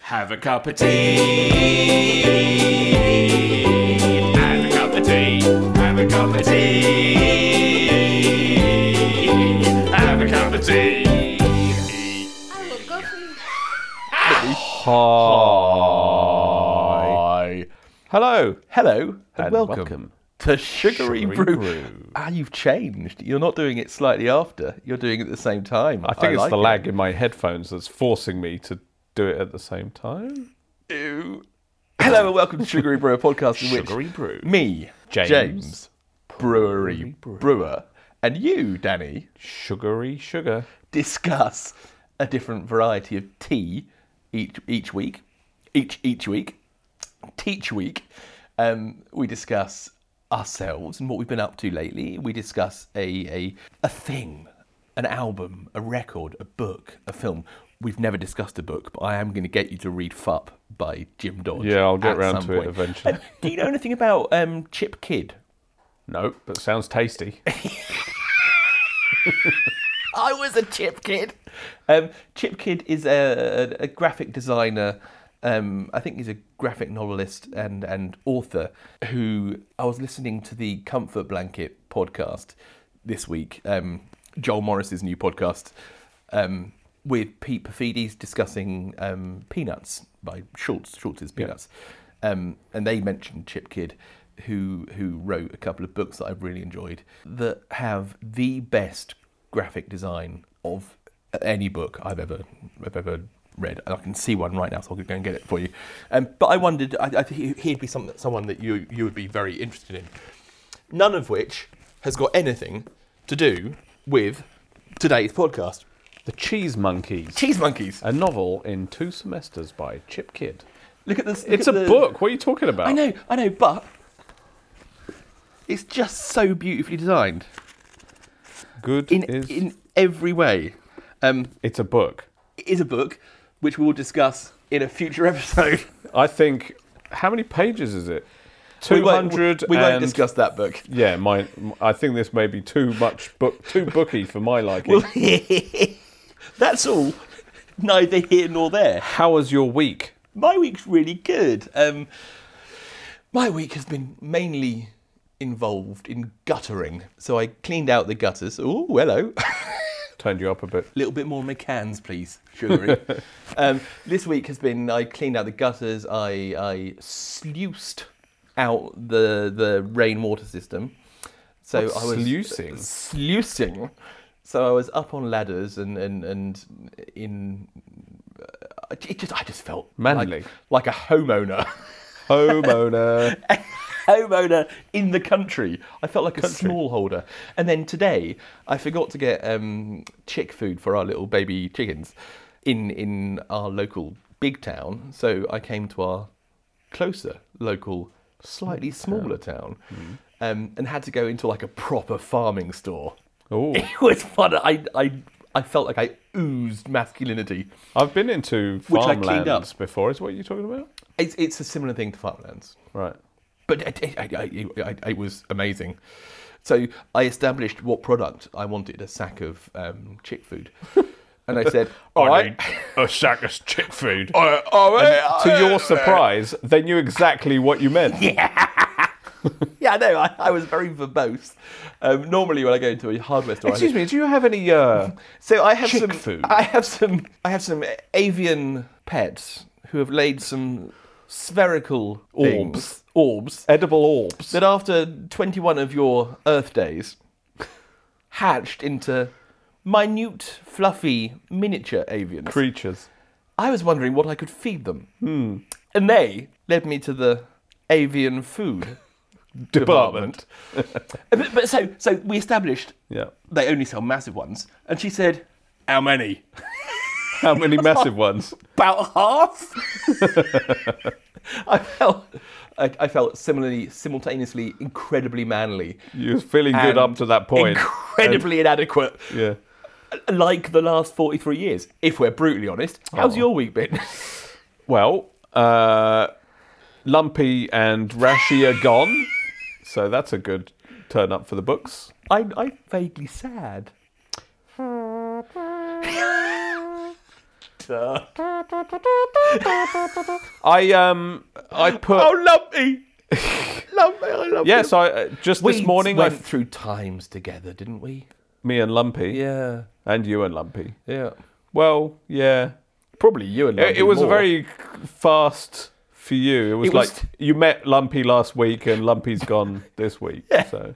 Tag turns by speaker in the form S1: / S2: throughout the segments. S1: Have a cup of tea. Have a cup of tea. Have a cup of tea. Have a cup of tea.
S2: I will go for you.
S3: Hi. Hello.
S4: Hello and,
S3: And
S4: welcome,
S3: welcome
S4: to Sugary,
S3: Sugary
S4: Brew.
S3: Brew.
S4: Ah, you've changed. You're not doing it slightly after. You're doing it at the same time.
S3: I think it's
S4: like
S3: the
S4: it.
S3: lag in my headphones that's forcing me to do it at the same time.
S4: Ew. Hello and welcome to Sugary Brew, a podcast in which
S3: Sugary Brew.
S4: me,
S3: James.
S4: James, Brewery Brewer, and you, Danny,
S3: Sugary sugar.
S4: discuss a different variety of tea each each week, each each week, teach week. Um, we discuss ourselves and what we've been up to lately. We discuss a a, a thing, an album, a record, a book, a film. We've never discussed a book, but I am going to get you to read "Fup" by Jim Dodge.
S3: Yeah, I'll get
S4: at
S3: round
S4: some
S3: to it
S4: point.
S3: eventually.
S4: Um, do you know anything about um, Chip Kidd?
S3: Nope, but sounds tasty.
S4: I was a Chip Kid. Um, Chip Kid is a, a graphic designer. Um, I think he's a graphic novelist and, and author who I was listening to the Comfort Blanket podcast this week, um, Joel Morris's new podcast, um, with Pete Perfides discussing um, Peanuts by Schultz. Schultz's Peanuts. Um, and they mentioned Chip Kidd, who who wrote a couple of books that I've really enjoyed that have the best graphic design of any book I've ever I've ever read. And I can see one right now, so I'll go and get it for you. Um, but I wondered, I, I think he'd be some, someone that you you would be very interested in. None of which has got anything to do with today's podcast.
S3: The Cheese Monkeys.
S4: Cheese monkeys.
S3: A novel in two semesters by Chip Kidd.
S4: Look at this. look
S3: It's a
S4: at the-
S3: book. What are you talking about?
S4: I know, I know, but it's just so beautifully designed
S3: Good
S4: in
S3: is.
S4: in every way. Um,
S3: It's a book.
S4: it is a book which we will discuss in a future episode.
S3: I think. How many pages is it?
S4: We
S3: Two
S4: won't-
S3: hundred.
S4: We won't discuss that book.
S3: Yeah, my. I think this may be too much book, too booky for my liking.
S4: Well, that's all. Neither here nor there.
S3: How was your week?
S4: my week's really good. Um, my week has been mainly involved in guttering. So I cleaned out the gutters. Oh, hello.
S3: Turned you up a bit.
S4: little bit more on my cans, please, sugary. um, this week has been I cleaned out the gutters, I I sluiced out the the rainwater system. So
S3: What's
S4: I was
S3: sluicing?
S4: Sluicing. So I was up on ladders and and and in. uh, It just I just felt like-
S3: Manly.
S4: like a homeowner.
S3: Homeowner.
S4: homeowner in the country. I felt like
S3: Country.
S4: a smallholder. And then today, I forgot to get um, chick food for our little baby chickens in in our local big town. So I came to our closer local, slightly smaller town. Um, and had to go into like a proper farming store.
S3: Oh,
S4: It was fun. I, I, I felt like I oozed masculinity.
S3: I've been into
S4: Which I cleaned
S3: farmlands
S4: up.
S3: before. Is what you're talking about?
S4: It's, it's a similar thing to farmlands.
S3: Right.
S4: but it, it, it, it, it was amazing. So I established what product I wanted a sack of um, chick food. And I said,
S3: Oh,
S4: all right.
S3: a sack of chick food.
S4: all
S3: oh,
S4: right, all
S3: to your
S4: right."
S3: surprise, they knew exactly what you meant.
S4: Yeah, I know. I, I was very verbose. Um, normally, when I go into a hardware store, I
S3: Excuse
S4: think-
S3: me, do you have any? Uh...
S4: So I have
S3: Chick
S4: some
S3: food.
S4: I have some. I have some avian pets who have laid some spherical
S3: Orbs.
S4: things- Orbs
S3: Edible orbs.
S4: that after 21 of your Earth days hatched into minute, fluffy, miniature avians.
S3: Creatures.
S4: I was wondering what I could feed them. And they led me to the avian food department. but, but so, so we established
S3: Yeah.
S4: they only sell massive ones. And she said, How many?
S3: How many massive ones?
S4: About half? I felt. I, I felt similarly, simultaneously, incredibly manly.
S3: You was feeling good up
S4: and
S3: to that point.
S4: Incredibly inadequate,
S3: Yeah.
S4: like the last 43 years, if we're brutally honest.
S3: Oh.
S4: How's your week been?
S3: Well, uh, Lumpy and Rashi are gone, so that's a good turn up for the books.
S4: I'm, I'm vaguely sad. guitar.
S3: I um I put
S4: Oh, Lumpy! Lumpy, I love
S3: yeah.
S4: you.
S3: So I, uh, just
S4: we
S3: this morning, I,
S4: went through times together, didn't we?
S3: me and Lumpy
S4: Yeah,
S3: and you and Lumpy.
S4: yeah.
S3: Well, yeah.
S4: Probably you and
S3: It, it was a very fast for you. It was
S4: It
S3: like
S4: was-
S3: you met Lumpy last week and Lumpy's gone this week. So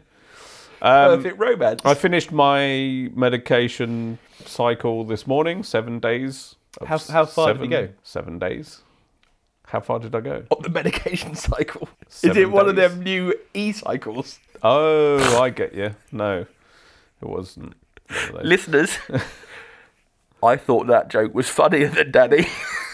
S3: um,
S4: perfect romance.
S3: I finished my medication cycle this morning. Seven days. of
S4: How- how far did
S3: seven,
S4: you go?
S3: Seven days. How far did I go?
S4: on the medication cycle. Is
S3: Seven
S4: it one of
S3: days.
S4: them new e-cycles?
S3: Oh, I get you. No, it wasn't. one of those.
S4: Listeners, I thought that joke was funnier than Danny.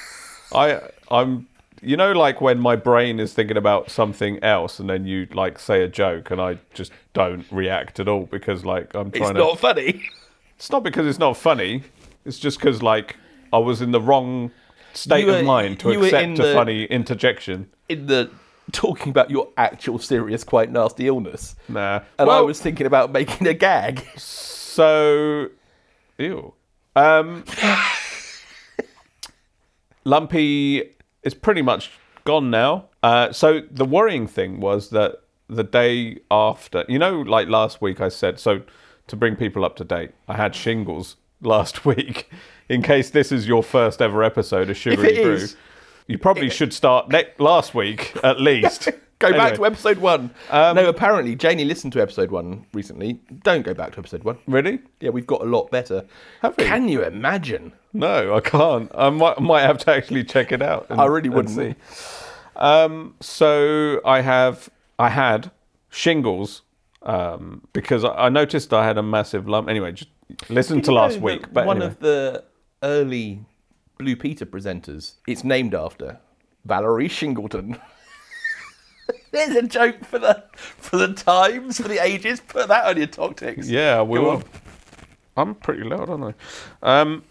S3: I I'm you know like when my brain is thinking about something else and then you like say a joke and I just don't react at all because like I'm
S4: It's
S3: trying to
S4: not funny.
S3: It's not because it's not funny. It's just cuz like I was in the wrong state
S4: You
S3: of
S4: were-
S3: mind to
S4: you were in
S3: accept a
S4: the-
S3: funny interjection.
S4: In the talking about your actual serious, quite nasty illness.
S3: Nah.
S4: And I
S3: Well,
S4: was thinking about making a gag.
S3: so ew. Um Lumpy is pretty much gone now. Uh, so the worrying thing was that the day after, you know, like last week, I said so to bring people up to date. I had shingles last week. In case this is your first ever episode of Sugary
S4: it
S3: Brew,
S4: is-
S3: you probably should start ne- last week at least.
S4: Go back to
S3: Anyway. Um,
S4: episode one. no, apparently Janie listened to episode one recently. Don't go back to episode one.
S3: really?
S4: Yeah, we've got a lot better.
S3: Have we?
S4: Can you imagine?
S3: No, I can't. I might, might have to actually check it out. and-
S4: I really
S3: and
S4: wouldn't.
S3: see. Um, so I have, I had shingles um, because I, I noticed I had a massive lump. Anyway, just listen to
S4: Did you
S3: last
S4: know
S3: week.
S4: that
S3: But
S4: one
S3: anyway.
S4: of the early Blue Peter presenters, it's named after Valerie Shingleton. There's a joke for the for the times, for the ages. Put that on your tactics.
S3: yeah, we
S4: Go
S3: were.
S4: on.
S3: I'm pretty loud, aren't I? Um,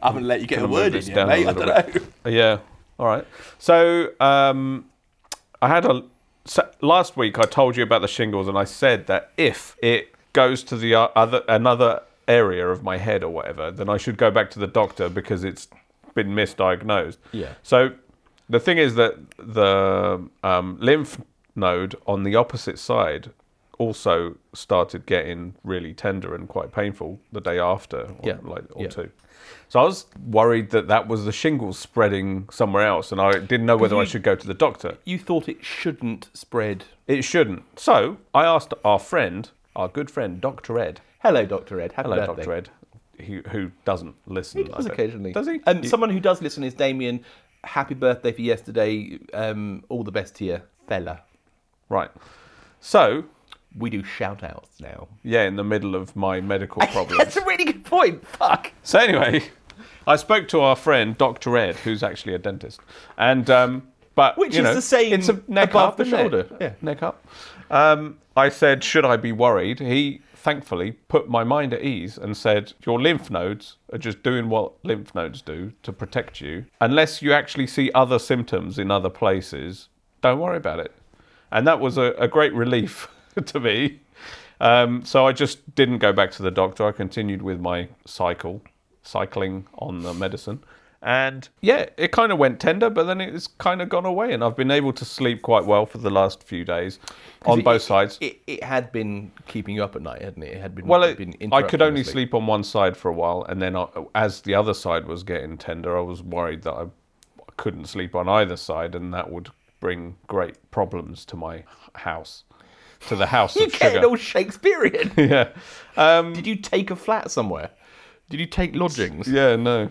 S4: I haven't let you get a
S3: Gonna move
S4: word in
S3: this
S4: yet,
S3: down a
S4: mate. I
S3: little
S4: don't know.
S3: yeah. All right. So um, I had a so last week. I told you about the shingles, and I said that if it goes to the o- other another area of my head or whatever, then I should go back to the doctor because it's been misdiagnosed.
S4: Yeah.
S3: So the thing is that the um, lymph node on the opposite side also started getting really tender and quite painful the day after, or
S4: Yeah.
S3: like or
S4: Yeah.
S3: two. So I was worried that that was the shingles spreading somewhere else, and I didn't know whether I
S4: you-
S3: should go to the doctor.
S4: You thought it shouldn't spread.
S3: It shouldn't. So I asked our friend, our good friend, Doctor Ed.
S4: Hello, Doctor Ed. Happy
S3: Hello,
S4: birthday.
S3: Doctor Ed, who, who doesn't listen.
S4: He does
S3: I bet.
S4: occasionally.
S3: Does he?
S4: Um,
S3: You-
S4: someone who does listen is Damien. Happy birthday for yesterday. Um, all the best to you, fella.
S3: right. So
S4: We do shout outs now.
S3: yeah, in the middle of my medical problems.
S4: That's a really good point. Fuck.
S3: So anyway, I spoke to our friend Dr. Ed, who's actually a dentist, and um, but
S4: Which
S3: you
S4: is
S3: know,
S4: the same
S3: It's a neck
S4: above
S3: up
S4: the
S3: isn't it?
S4: shoulder. Yeah.
S3: neck up. Um, I said, should I be worried? He thankfully put my mind at ease and said, your lymph nodes are just doing what lymph nodes do to protect you, unless you actually see other symptoms in other places. Don't worry about it, and that was a, a great relief to me. Um, so I just didn't go back to the doctor. I continued with my cycle, cycling on the medicine. And yeah, it kind of went tender, but then it's kind of gone away. And I've been able to sleep quite well for the last few days on
S4: It-
S3: both
S4: it-
S3: sides.
S4: It, it had been keeping you up at night, hadn't it? It had been.
S3: well,
S4: it'd
S3: it-
S4: been
S3: I could
S4: interrupting
S3: only
S4: your
S3: sleep. on one side for a while. And then I, as the other side was getting tender, I was worried that I couldn't sleep on either side. And that would bring great problems to my house, to the house
S4: You
S3: of sugar.
S4: get all Shakespearean.
S3: yeah. Um,
S4: Did you take a flat somewhere? Did you take lodgings?
S3: Yeah, no.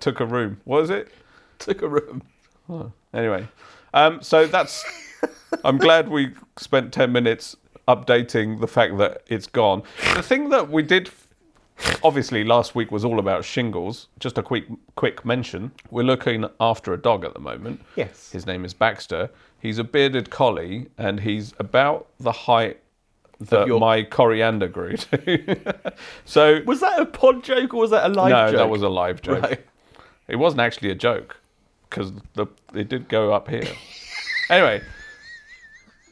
S3: Took a room. What is it?
S4: Took a room. Oh.
S3: Anyway, um, so that's. I'm glad we spent 10 minutes updating the fact that it's gone. The thing that we did, obviously, last week was all about shingles. Just a quick quick mention. We're looking after a dog at the moment.
S4: Yes.
S3: His name is Baxter. He's a bearded collie, and he's about the height that
S4: your-
S3: my coriander grew to. so
S4: Was that a pod joke or was that a live
S3: no,
S4: joke?
S3: that was a live joke.
S4: Right.
S3: It wasn't actually a joke because the it did go up here. anyway,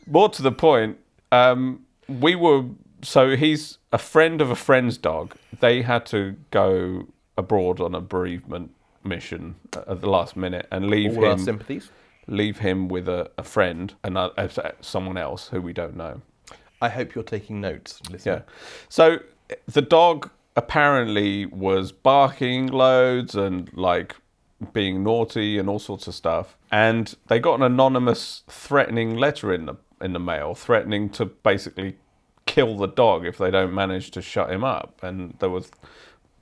S3: more to the point, um, we were so he's a friend of a friend's dog. They had to go abroad on a bereavement mission at the last minute and leave
S4: All our
S3: him
S4: sympathies.
S3: leave him with a, a friend and a, a- someone else who we don't know.
S4: I hope you're taking notes.
S3: Yeah.
S4: Listen.
S3: So the dog apparently was barking loads and like being naughty and all sorts of stuff. And they got an anonymous threatening letter in the in the mail, threatening to basically kill the dog if they don't manage to shut him up. And there was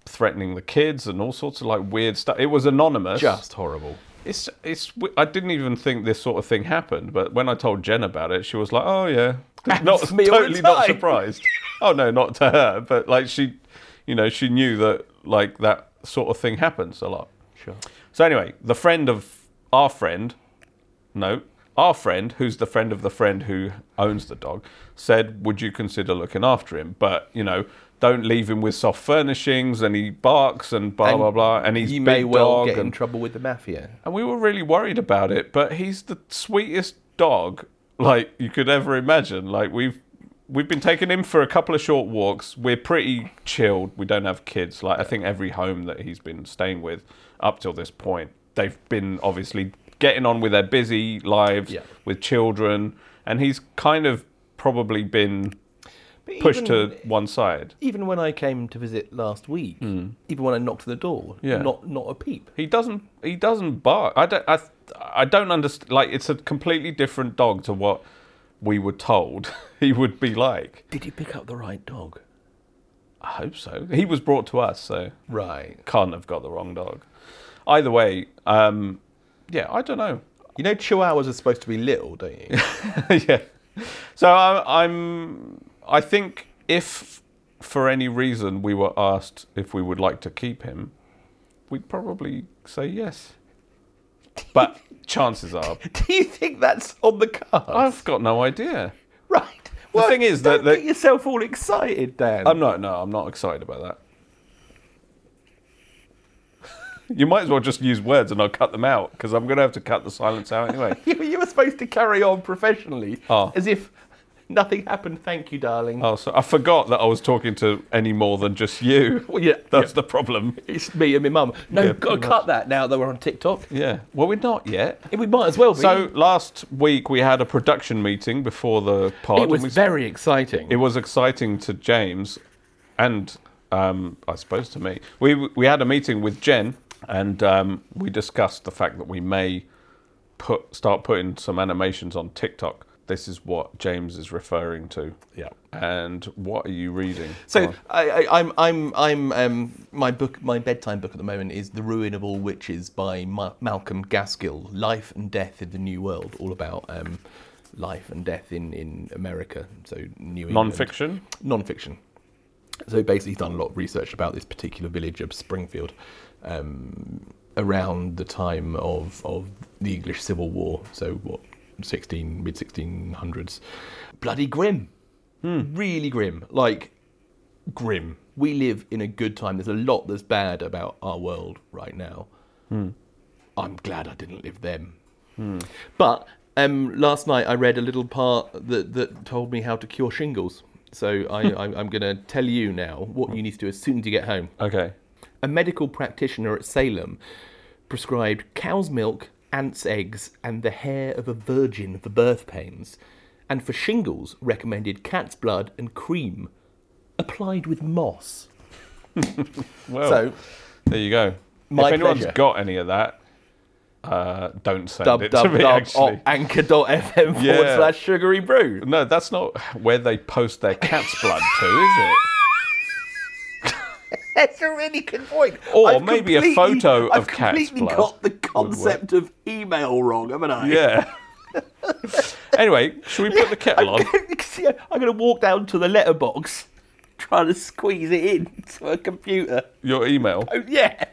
S3: threatening the kids and all sorts of like weird stuff. It was anonymous.
S4: Just horrible.
S3: It's it's. I didn't even think this sort of thing happened, but when I told Jen about it, she was like, "Oh yeah," not
S4: Happens to me all the
S3: totally not
S4: time.
S3: surprised. oh no, not to her, but like she, you know, she knew that like that sort of thing happens a lot.
S4: Sure.
S3: So anyway, the friend of our friend, no, our friend, who's the friend of the friend who owns the dog, said, "Would you consider looking after him?" But you know, don't leave him with soft furnishings, and he barks and blah
S4: And
S3: blah blah, and he's
S4: you
S3: big
S4: may well
S3: dog
S4: get in
S3: and-
S4: trouble with the mafia.
S3: and we were really worried about it. But he's the sweetest dog like you could ever imagine. Like we've we've been taking him for a couple of short walks. We're pretty chilled. We don't have kids. Like I think every home that he's been staying with up till this point, they've been obviously getting on with their busy lives
S4: Yeah.
S3: with children, and he's kind of probably been
S4: But
S3: pushed
S4: even-
S3: to one side.
S4: even when I came to visit last week, even when I knocked on the door,
S3: Hmm. Yeah.
S4: not not a peep.
S3: He doesn't. He doesn't bark. I don't. I, I don't understand. Like it's a completely different dog to what we were told he would be like.
S4: Did you pick up the right dog?
S3: I hope so. He was brought to us, so
S4: Right.
S3: can't have got the wrong dog. Either way, um, yeah, I don't know.
S4: You know, Chihuahuas are supposed to be little, don't you?
S3: yeah. So I, I'm. I think if for any reason we were asked if we would like to keep him, we'd probably say yes. But chances are
S4: Do you think that's on the cards?
S3: I've got no idea.
S4: Right.
S3: The thing is that-
S4: don't
S3: that-
S4: get yourself all excited, Dan.
S3: I'm not. No, I'm not excited about that. you might as well just use words, and I'll cut them out because I'm going to have to cut the silence out anyway.
S4: you, you were supposed to carry on professionally,
S3: Oh.
S4: as if nothing happened. Thank you, darling.
S3: oh, so I forgot that I was talking to any more than just you.
S4: Well, yeah,
S3: That's the problem.
S4: it's me and my mum. No,
S3: Yeah,
S4: gotta
S3: pretty
S4: cut that now that we're on TikTok.
S3: Yeah. Well, we're not yet.
S4: We might as well. Be.
S3: So last week we had a production meeting before the pod.
S4: it
S3: and
S4: was
S3: we-
S4: very exciting.
S3: it was exciting to James, and um, I suppose to me. We we had a meeting with Jen, and um, we discussed the fact that we may put start putting some animations on TikTok. This is what James is referring to.
S4: Yeah.
S3: And what are you reading?
S4: So
S3: Well,
S4: I, I, I'm I'm I'm um, my book my bedtime book at the moment is The Ruin of All Witches by Ma- Malcolm Gaskill Life and Death in the New World all about um, life and death in, in America so New England
S3: non-fiction.
S4: non-fiction. So basically, he's done a lot of research about this particular village of Springfield um, around the time of of the English Civil War. So what, sixteen mid sixteen hundreds? Bloody grim, really grim, like grim. We live in a good time. There's a lot that's bad about our world right now. I'm glad I didn't live them. But um, last night I read a little part that, that told me how to cure shingles. So I, I'm, I'm going to tell you now what you need to do as soon as you get home.
S3: Okay.
S4: A medical practitioner at Salem prescribed cow's milk, ants' eggs, and the hair of a virgin for birth pains, and for shingles recommended cat's blood and cream applied with moss.
S3: Well,
S4: So
S3: there you go.
S4: My
S3: if anyone's
S4: pleasure.
S3: got any of that, uh, don't send
S4: dub
S3: it
S4: dub
S3: to me.
S4: dub
S3: actually.
S4: oh, anchor.fm forward
S3: Yeah.
S4: slash sugary brew.
S3: No, that's not where they post their cat's blood to, is it?
S4: That's a really good point.
S3: Or maybe a
S4: completely-
S3: photo
S4: I've
S3: of cat's
S4: completely
S3: blood
S4: got the concept of email wrong, haven't I?
S3: Yeah. anyway, should we put the kettle on?
S4: See, I'm going to walk down to the letterbox, trying to squeeze it in to a computer.
S3: Your email.
S4: Oh yeah.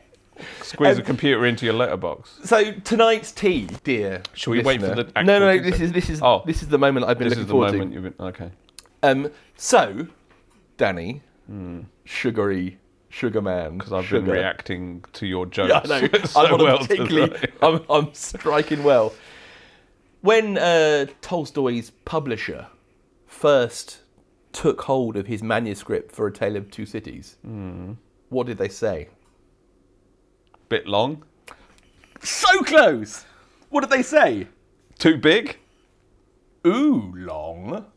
S3: Squeeze a
S4: um,
S3: computer into your letterbox.
S4: So tonight's tea, dear.
S3: Shall we wait for
S4: listener-
S3: the actual
S4: No, no, no.
S3: tea
S4: This
S3: to-
S4: is this is
S3: Oh.
S4: this is the moment I've been
S3: This
S4: looking
S3: is the
S4: forward
S3: moment
S4: to.
S3: you've been. Okay.
S4: Um, so, Danny, sugary sugar man,
S3: Hmm. Because I've been reacting to your
S4: Yeah,
S3: jokes.
S4: I know.
S3: so
S4: I'm on
S3: well
S4: a particularly,
S3: tonight.
S4: I'm, I'm striking well. When uh, Tolstoy's publisher first Hmm. took hold of his manuscript for A Tale of Two Cities, what did they say?
S3: Bit long.
S4: So close. What did they say?
S3: Too big?
S4: Ooh, long,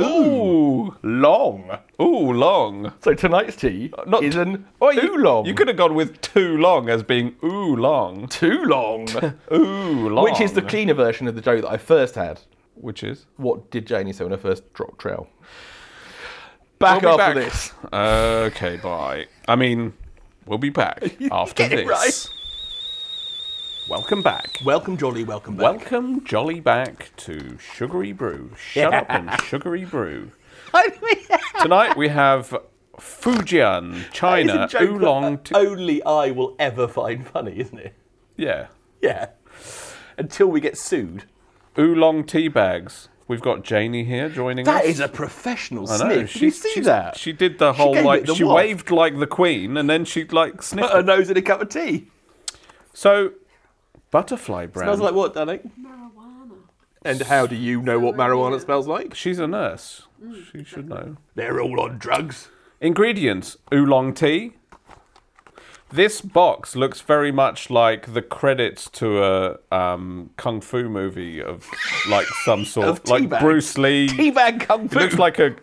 S3: Ooh.
S4: long.
S3: Ooh, long.
S4: So tonight's tea
S3: Not
S4: is an
S3: Well, you-
S4: too long.
S3: You could have gone with too long as being ooh long.
S4: too long,
S3: Ooh long.
S4: which is the cleaner version of the joke that I first had.
S3: Which is?
S4: What did Janie say when I first dropped trail?
S3: We'll
S4: Back
S3: be
S4: after
S3: back.
S4: this.
S3: Okay, bye. I mean, we'll be back after
S4: Get
S3: this.
S4: it right.
S3: Welcome back.
S4: Welcome, jolly, welcome back.
S3: Welcome, jolly back to Sugary Brew. Shut up and Sugary Brew. Tonight we have Fujian, China,
S4: It's a joke
S3: oolong.
S4: that
S3: T-
S4: only I will ever find funny, isn't it?
S3: yeah,
S4: Yeah. Until we get sued.
S3: oolong tea bags. We've got Janie here joining us.
S4: That is a professional
S3: I know.
S4: sniff. Did you
S3: she's-
S4: see
S3: she's-
S4: that?
S3: She did the whole
S4: gave
S3: like
S4: it the
S3: she
S4: waft.
S3: waved like the queen, and then she like sniffed.
S4: Put her
S3: it.
S4: nose in a cup of tea.
S3: So, butterfly brand.
S4: Smells like what, darling?
S2: Marijuana.
S4: And how do you know what marijuana smells like?
S3: She's a nurse. She should know.
S4: They're all on drugs.
S3: Ingredients oolong tea. This box looks very much like the credits to a um, kung fu movie of like some sort,
S4: Of tea
S3: like
S4: bags.
S3: Bruce Lee.
S4: Tea bag kung
S3: Mm. It
S4: fu.
S3: looks like a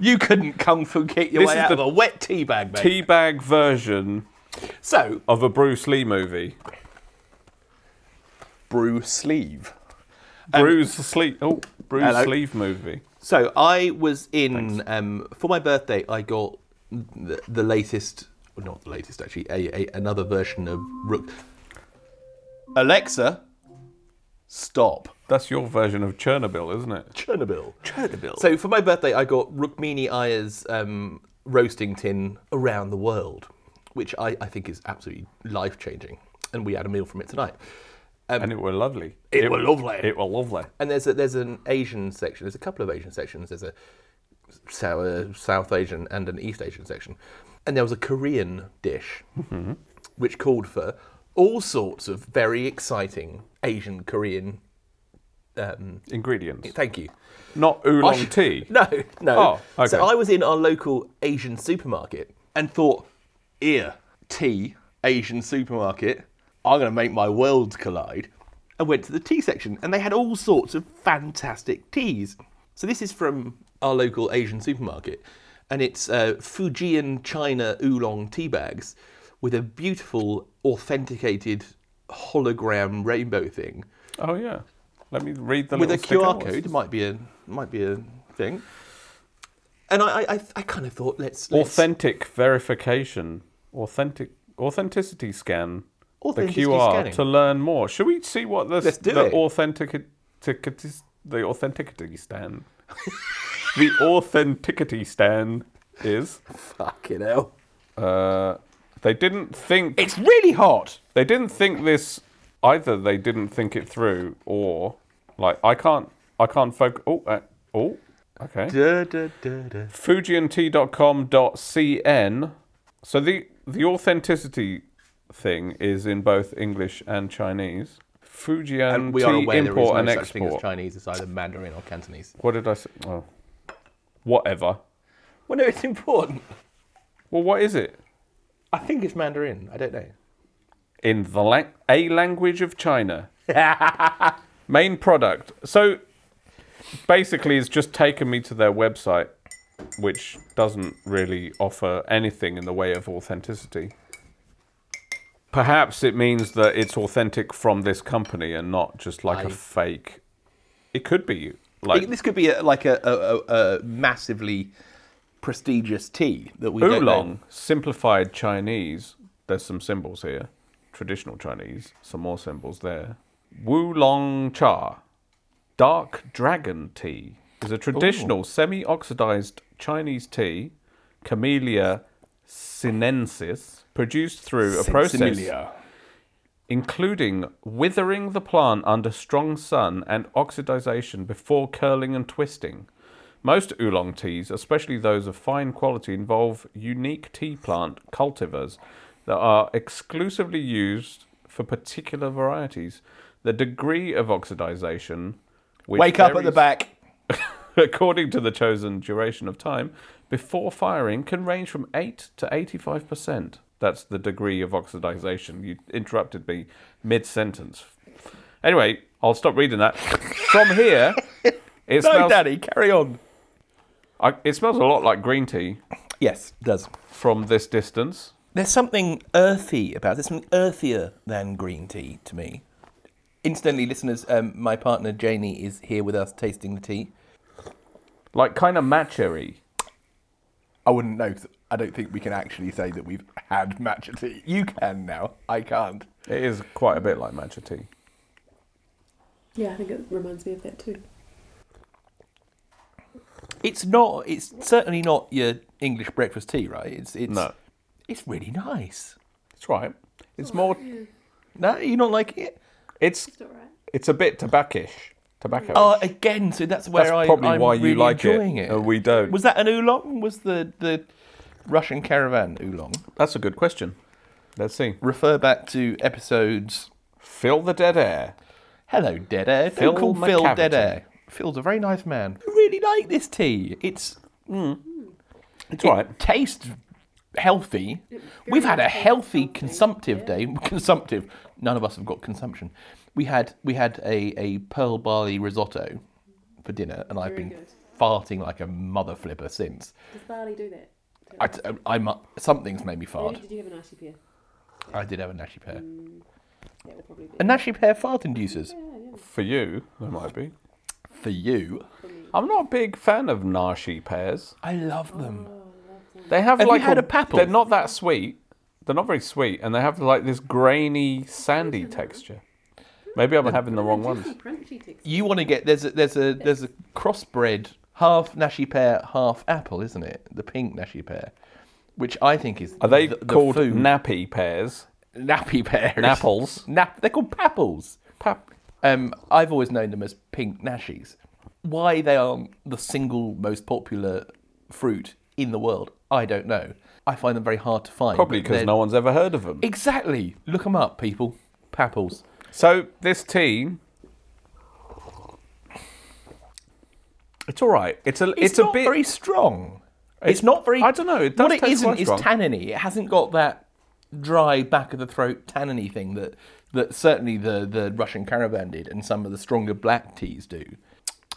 S4: you couldn't kung fu kick your
S3: This
S4: way
S3: is
S4: out
S3: the
S4: of a wet tea bag, mate.
S3: tea bag version
S4: So,
S3: of a Bruce Lee movie.
S4: brew sleeve.
S3: Bruce Lee. Oh, Bruce
S4: Hello.
S3: Lee movie.
S4: So I was in um, for my birthday. I got the, the latest, well, not the latest actually, a, a, another version of Rook. Alexa, stop.
S3: That's your version of Chernobyl, isn't it?
S4: Chernobyl.
S3: Chernobyl.
S4: So for my birthday, I got Rukmini Iyer's um, roasting tin around the world, which I, I think is absolutely life changing. And we had a meal from it tonight. Um,
S3: and it were lovely.
S4: It were lovely.
S3: It were lovely.
S4: And there's a, there's an Asian section. There's a couple of Asian sections. There's a sour South Asian and an East Asian section. And there was a Korean dish, which called for all sorts of very exciting Asian Korean. Um,
S3: Ingredients.
S4: thank you.
S3: Not oolong
S4: I should-
S3: tea.
S4: No, no.
S3: Oh,
S4: So
S3: okay.
S4: I was in our local Asian supermarket and thought, ear, tea, Asian supermarket, I'm going to make my worlds collide. And went to the tea section and they had all sorts of fantastic teas. So this is from our local Asian supermarket and it's uh, Fujian China oolong tea bags with a beautiful authenticated hologram rainbow thing
S3: Oh yeah. Let me read the
S4: with a
S3: little
S4: QR
S3: sticker.
S4: code. It might be a might be a thing. And I I, I, I kind of thought let's, let's
S3: Authentic verification. Authentic authenticity scan.
S4: Authenticity
S3: the QR
S4: scanning.
S3: to learn more. Should we see what the
S4: Let's do
S3: the
S4: it.
S3: authentic the authenticity stand the authenticity stand is?
S4: fucking hell.
S3: Uh, they didn't think
S4: It's really hot.
S3: They didn't think this either. They didn't think it through, or like I can't, I can't focus. Oh, uh, oh, okay.
S4: Da, da, da, da.
S3: Fujiant.com.cn. So the the authenticity thing is in both English and Chinese. Fujian
S4: And we are
S3: tea
S4: aware there is
S3: import
S4: no
S3: and
S4: such
S3: export.
S4: thing as Chinese. It's either Mandarin or Cantonese.
S3: What did I say? Oh, whatever.
S4: Well, no, it's important.
S3: Well, what is it?
S4: I think it's Mandarin. I don't know.
S3: in the lang- a language of China. Main product. So basically, it's just taken me to their website, which doesn't really offer anything in the way of authenticity. Perhaps it means that it's authentic from this company and not just like a
S4: I-
S3: fake. It could be like
S4: this could be a, like a, a, a, a massively prestigious tea that we don't know.
S3: oolong, simplified Chinese. There's some symbols here. Traditional Chinese. Some more symbols there. Wulong cha, dark dragon tea, is a traditional semi-oxidized Chinese tea, Camellia sinensis, produced through a process
S4: Sensimilia.
S3: including withering the plant under strong sun and oxidization before curling and twisting. Most oolong teas, especially those of fine quality, involve unique tea plant cultivars that are exclusively used for particular varieties. The degree of oxidization, which
S4: Wake up at the
S3: varies-
S4: back.
S3: according to the chosen duration of time, before firing can range from 8 to 85%. That's the degree of oxidization. You interrupted me mid sentence. Anyway, I'll stop reading that. From here, it
S4: No,
S3: smells.
S4: Daddy, carry on.
S3: I, it smells a lot like green tea
S4: Yes, it does.
S3: from this distance.
S4: There's something earthy about it. There's something earthier than green tea to me. Incidentally, listeners, um, my partner Janie is here with us tasting the tea.
S3: Like kind of matchery.
S2: I wouldn't know 'cause I don't think we can actually say that we've had matcha tea. You can now. I can't.
S3: It is quite a bit like matcha tea.
S5: Yeah, I think it reminds me of that too.
S4: It's not. It's certainly not your English breakfast tea, right? It's it's
S3: No.
S4: it's really nice.
S3: It's right. It's more.
S4: No, you not like it?
S3: It's
S5: It's alright.
S3: it's a bit tobacco-ish. Tobacco.
S4: Oh, again. So that's where
S3: That's
S4: I,
S3: probably
S4: I'm
S3: why you
S4: really
S3: like it. Oh.
S4: enjoying it.
S3: and we don't.
S4: Was that an oolong? Was the the Russian caravan oolong?
S3: That's a good question. Let's see.
S4: Refer back to episodes.
S3: Fill the dead air.
S4: Hello, Dead Air. Don't
S3: Phil
S4: call Phil
S3: McCaverton.
S4: Dead Air. Phil's a very nice man. I really like this tea. It's mm,
S3: It's
S4: it
S3: right.
S4: tastes healthy. We've had a healthy consumptive day. Consumptive. None of us have got consumption. We had we had a, a pearl barley risotto for dinner, and I've
S5: Very
S4: been
S5: good.
S4: farting like a mother flipper since.
S5: Does barley do that?
S4: I, am something's made me
S5: Really?
S4: fart.
S5: Did you have an icy pear?
S4: I did have a nashi pear.
S5: That will probably be.
S4: A nashi pear fart inducers
S3: For you, there might be.
S4: for you.
S3: I'm not a big fan of nashi pears.
S4: I love
S5: Oh,
S4: them.
S3: They have,
S4: Have you
S3: like
S4: had a papple?
S3: They're not that sweet. They're not very sweet, and they have like this grainy, sandy texture. Maybe I'm having the wrong ones.
S5: Juicy, crunchy texture.
S4: You want to get there's a there's a there's a crossbred half nashi pear half apple, isn't it? The pink nashi pear, which I think is
S3: Are they
S4: the, the
S3: called
S4: food.
S3: nappy pears?
S4: nappy pears?
S3: Napples?
S4: Nap. They're called papples. Pap. Um, I've always known them as pink nashies. Why they aren't the single most popular fruit in the world, I don't know. I find them very hard to find.
S3: Probably
S4: but
S3: because
S4: they're-
S3: no one's ever heard of them.
S4: Exactly. Look them up, people. Papples.
S3: So this tea, it's all right. It's a
S4: It's,
S3: it's,
S4: not
S3: a bit
S4: very strong. It's not very.
S3: I don't know, it does
S4: what it
S3: taste
S4: isn't
S3: quite
S4: is
S3: strong.
S4: tanniny. It hasn't got that dry back of the throat tanniny thing that that certainly the the Russian caravan did, and some of the stronger black teas do.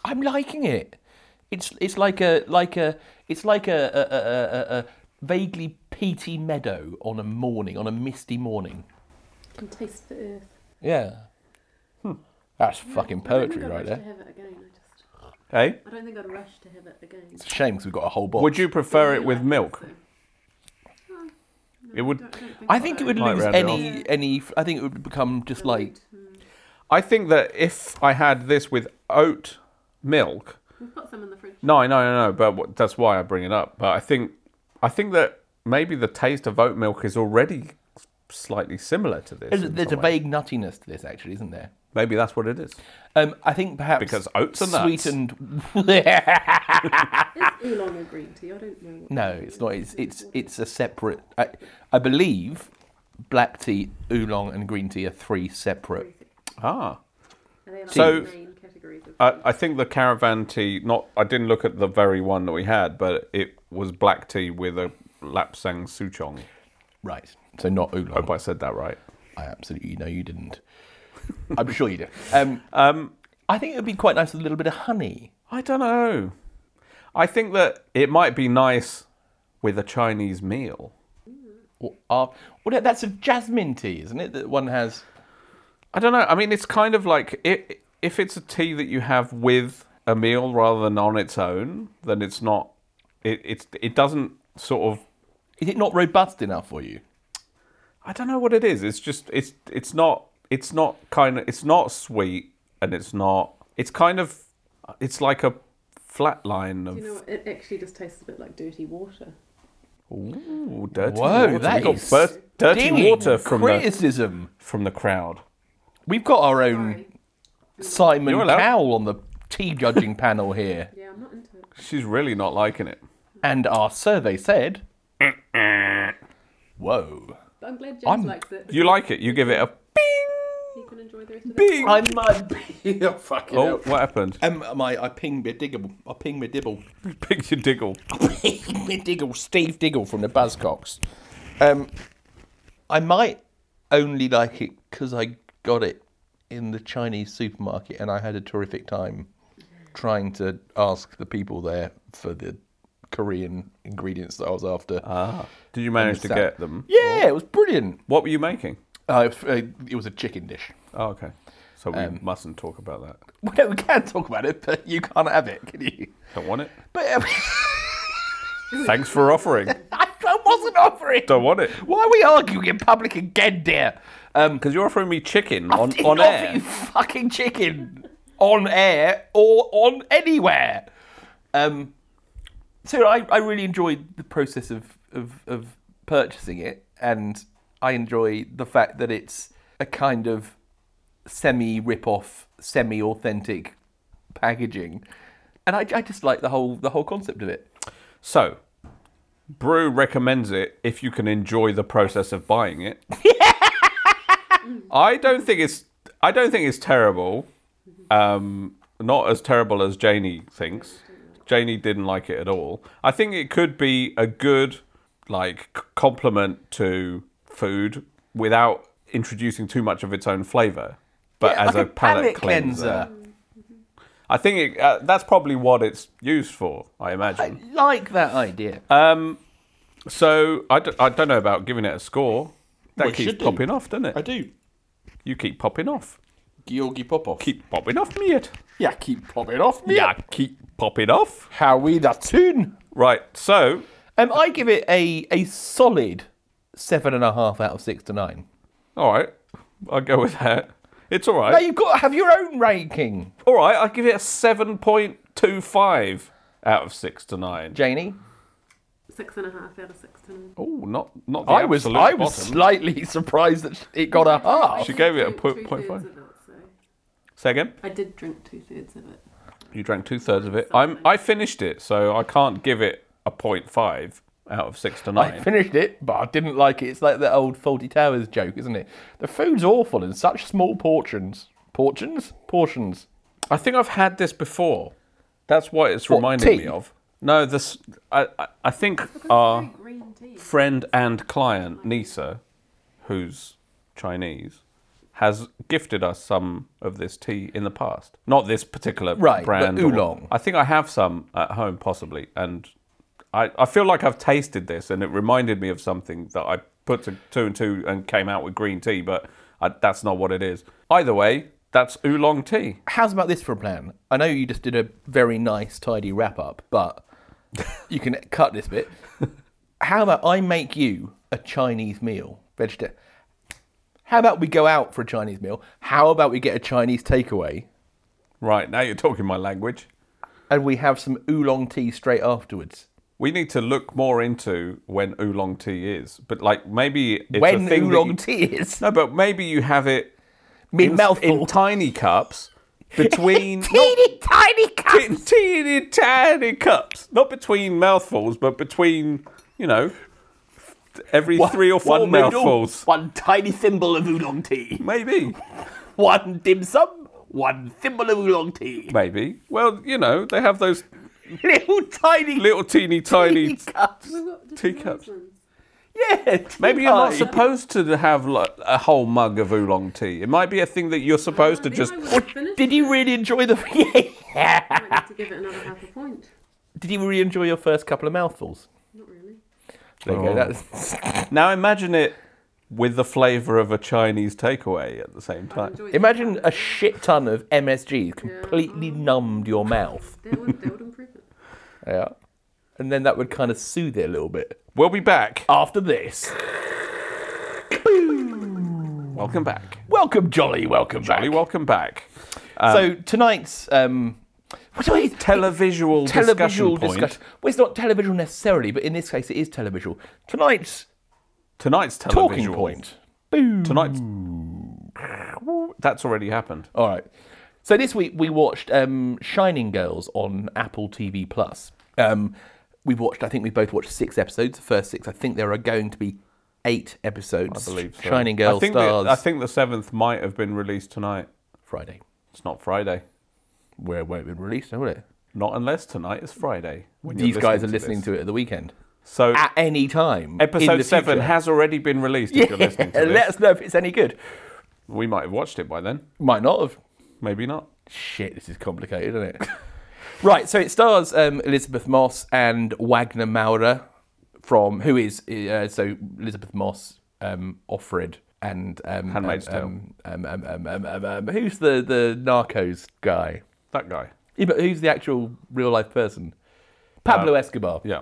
S4: I'm liking it. It's it's like a like a it's like a a, a, a, a vaguely peaty meadow on a morning on a misty morning.
S5: You can taste the earth.
S4: Yeah.
S3: Hmm.
S4: That's fucking poetry
S5: I don't
S4: right
S5: think I'd rush
S4: there.
S5: To have it again. I, just,
S3: Hey,
S5: I don't think I'd rush to have it again.
S4: It's a shame because we've got a whole box.
S3: would you prefer it with milk? It would.
S5: Don't, don't think
S4: I think it would
S3: Might
S4: lose
S3: round it
S4: any any. I think it would become just like
S5: Hmm.
S3: I think that if I had this with oat milk,
S5: We've got some in the fridge.
S3: no, I know, no, no. But what- that's why I bring it up. But I think, I think that maybe the taste of oat milk is already slightly similar to this.
S4: There's,
S3: in
S4: there's a
S3: some way.
S4: vague nuttiness to this, actually, isn't there?
S3: Maybe that's what it is.
S4: Um, I think perhaps
S3: Because oats are nuts.
S4: sweetened.
S5: It's oolong or green tea. I don't know. What
S4: no, it's not. It's it's it's a separate. I, I believe black tea, oolong, and green tea are three separate.
S3: Ah.
S5: Are they like
S3: So-
S5: the main categories of
S4: uh,
S3: I, I think the caravan tea. Not, I didn't look at the very one that we had, but it was black tea with a lapsang souchong.
S4: Right. So not oolong.
S3: Hope I said that right.
S4: I absolutely know you didn't. I'm sure you did. Um, I think it would be quite nice with a little bit of honey.
S3: I don't know. I think that it might be nice with a Chinese meal.
S4: Or, or, well, that's a jasmine tea, isn't it? That one has.
S3: I don't know. I mean, it's kind of like i if it's a tea that you have with a meal rather than on its own, then it's not. It it's, it doesn't sort of.
S4: Is it not robust enough for you?
S3: I don't know what it is. It's just it's it's not it's not kind of it's not sweet and it's not. It's kind of it's like a flat line of
S5: You know, what, it actually just tastes a bit like dirty water.
S3: ooh, dirty
S4: Whoa,
S3: water.
S4: that
S3: We got
S4: is
S3: bur- dirty
S4: Dinging
S3: water from the
S4: criticism.
S3: from the crowd.
S4: We've got our own
S5: Sorry.
S4: Simon
S3: You're allowed.
S4: Cowell on the tea judging panel here.
S5: Yeah, I'm not into it.
S3: She's really not liking it.
S4: And our survey said. Whoa.
S5: But I'm glad James
S4: I'm-
S5: likes it.
S3: You like it? You give it a
S5: He can enjoy the rest of it.
S3: big.
S4: I might be. Oh, fucking
S3: Oh,
S4: hell.
S3: what happened?
S4: Um, my, I pinged me diggle. I pinged me dibble.
S3: Pick your diggle.
S4: Ping me diggle. Steve Diggle from the Buzzcocks. Um, I might only like it because I got it in the Chinese supermarket and I had a terrific time trying to ask the people there for the Korean ingredients that I was after.
S3: Did you manage Ah. to
S4: Ah. Understand.
S3: get them?
S4: yeah, it was brilliant.
S3: What were you making?
S4: Uh, it was- uh, it was a chicken dish.
S3: Oh, okay. So we mustn't talk about that.
S4: Well, we can talk about it, but you can't have it, can you?
S3: Don't want it.
S4: But um, I, mean,
S3: Thanks for offering.
S4: I, I wasn't offering.
S3: Don't want it.
S4: Why are we arguing in public again, dear? Um,
S3: Because you're offering me chicken
S4: I
S3: on,
S4: didn't
S3: on
S4: offer
S3: air.
S4: you fucking chicken on air or on anywhere. Um, so I, I really enjoyed the process of, of of purchasing it, and I enjoy the fact that it's a kind of semi rip off, semi authentic packaging, and I, I just like the whole the whole concept of it.
S3: So, Brew recommends it if you can enjoy the process of buying it. I don't think it's I don't think it's terrible. Um, not as terrible as Janie thinks. Janie didn't like it at all. I think it could be a good like c- complement to food without introducing too much of its own flavor, but
S4: Yeah,
S3: as
S4: like
S3: a, palate, cleanser. I think it, uh, that's probably what it's used for. I imagine.
S4: I like that idea.
S3: Um, So I d- I don't know about giving it a score. That
S4: Well, it should
S3: keeps
S4: do.
S3: popping off, doesn't it?
S4: do.
S3: You keep popping off.
S4: Georgi Popov.
S3: Keep popping off, me it.
S2: Yeah, keep popping off me.
S3: Yeah, keep popping off.
S2: How we that tune?
S3: Right. So
S4: Um, I give it a, a solid seven and a half out of six to nine.
S3: all right, I'll go with that. It's all
S4: Now
S3: right.
S4: you've got to have your own ranking,
S3: All right, I'll give it a seven point two five out of six to nine.
S4: Janie.
S5: Six and a half out of six to nine.
S3: Oh, not not the
S4: I was
S3: absolute
S4: I was
S3: bottom.
S4: slightly surprised that it got a half.
S3: She gave it a
S5: Two-
S3: point,
S5: two-thirds
S3: point five.
S5: of it, so.
S3: Say again.
S5: I did drink two thirds of it.
S3: You drank two thirds of it. I'm I finished it, so I can't give it a point five out of six to
S4: I
S3: nine.
S4: finished it, but I didn't like it. It's like that old Faulty Towers joke, isn't it? The food's awful in such small portions. Portions? Portions.
S3: I think I've had this before. That's what it's
S4: What,
S3: reminding me
S4: tea?
S3: of. No, this. I, I, I think
S5: Very
S3: our
S5: green tea.
S3: friend and client Nisa, who's Chinese, has gifted us some of this tea in the past. Not this particular
S4: Right, but
S3: brand. or-
S4: oolong.
S3: I think I have some at home possibly, and I, I feel like I've tasted this, and it reminded me of something that I put to two and two and came out with green tea, but I, that's not what it is. Either way, that's oolong tea.
S4: How's about this for a plan? I know you just did a very nice, tidy wrap up, but you can cut this bit. How about I make you a Chinese meal, vegetarian? How about we go out for a Chinese meal? How about we get a Chinese takeaway
S3: Right, now you're talking my language.
S4: and we have some oolong tea straight afterwards?
S3: We need to look more into when oolong tea is, but like maybe it's a
S4: when
S3: thing that
S4: oolong
S3: you-
S4: tea is
S3: No, but maybe you have it
S4: mid
S3: in,
S4: mouthful,
S3: in tiny cups between
S4: teeny tiny cup.
S3: not, teeny tiny cups, not between mouthfuls, but between you know every three or four
S6: one noodle,
S3: mouthfuls.
S6: one tiny thimble of oolong tea,
S3: Maybe,
S6: one dim sum, one thimble of oolong tea,
S3: maybe. Well, you know they have those
S6: little tiny
S3: little teeny tiny.
S6: cups.
S5: We've got just
S3: Teacups.
S5: nice ones.
S6: Yeah, tea
S3: Maybe you're not
S6: pie.
S3: supposed to have like, a whole mug of oolong tea. It might be a thing that you're supposed to
S5: Then
S3: just
S5: I would finish
S4: Did you really enjoy the?
S5: it. I need to give it another half a point.
S4: Did you really enjoy your first couple of mouthfuls?
S5: Not really.
S4: There you
S3: Oh.
S4: go. That's,
S3: Now imagine it with the flavour of a Chinese takeaway at the same
S5: I
S3: time.
S5: enjoyed
S4: imagine a shit ton of MSG completely numbed your mouth.
S5: it. That would, that would improve it.
S4: Yeah. And then that would kind of soothe it a little bit.
S3: We'll be back.
S4: After this,
S3: Welcome back.
S4: welcome, Jolly, welcome back.
S3: Jolly welcome back.
S4: so tonight's um, what do I-
S3: Televisual discussion
S4: televisual
S3: point.
S4: discussion. Well, it's not televisual necessarily, but in this case, it is televisual. Tonight's
S3: Tonight's
S4: talking
S3: televisual.
S4: point.
S3: Tonight's. That's already happened.
S4: All right. So this week we watched um, Shining Girls on Apple TV Plus. Um, we've watched. I think we both watched six episodes. The first six. I think there are going to be eight episodes.
S3: I believe so.
S4: Shining Girls
S3: I think
S4: stars
S3: The, I think the seventh might have been released tonight.
S4: Friday.
S3: It's not Friday.
S4: Where it won't be released, will it?
S3: Not unless tonight is Friday. when you're
S4: These guys are
S3: this.
S4: listening to it at the weekend.
S3: So
S4: at any time. in
S3: episode
S4: the
S3: seven
S4: future.
S3: has already been released. If
S4: Yeah,
S3: you're listening to this,
S4: let us know if it's any good.
S3: we might have watched it by then.
S4: Might not have.
S3: Maybe not.
S4: Shit, this is complicated, isn't it? right, so it stars um, Elizabeth Moss and Wagner Maura from who is uh, so Elizabeth Moss, um, Offred, and um,
S3: Handmaid's
S4: um, Um, um, um, um, um, um, who's the the Narcos guy?
S3: That guy.
S4: Yeah, but who's the actual real life person? Pablo Escobar.
S3: Yeah.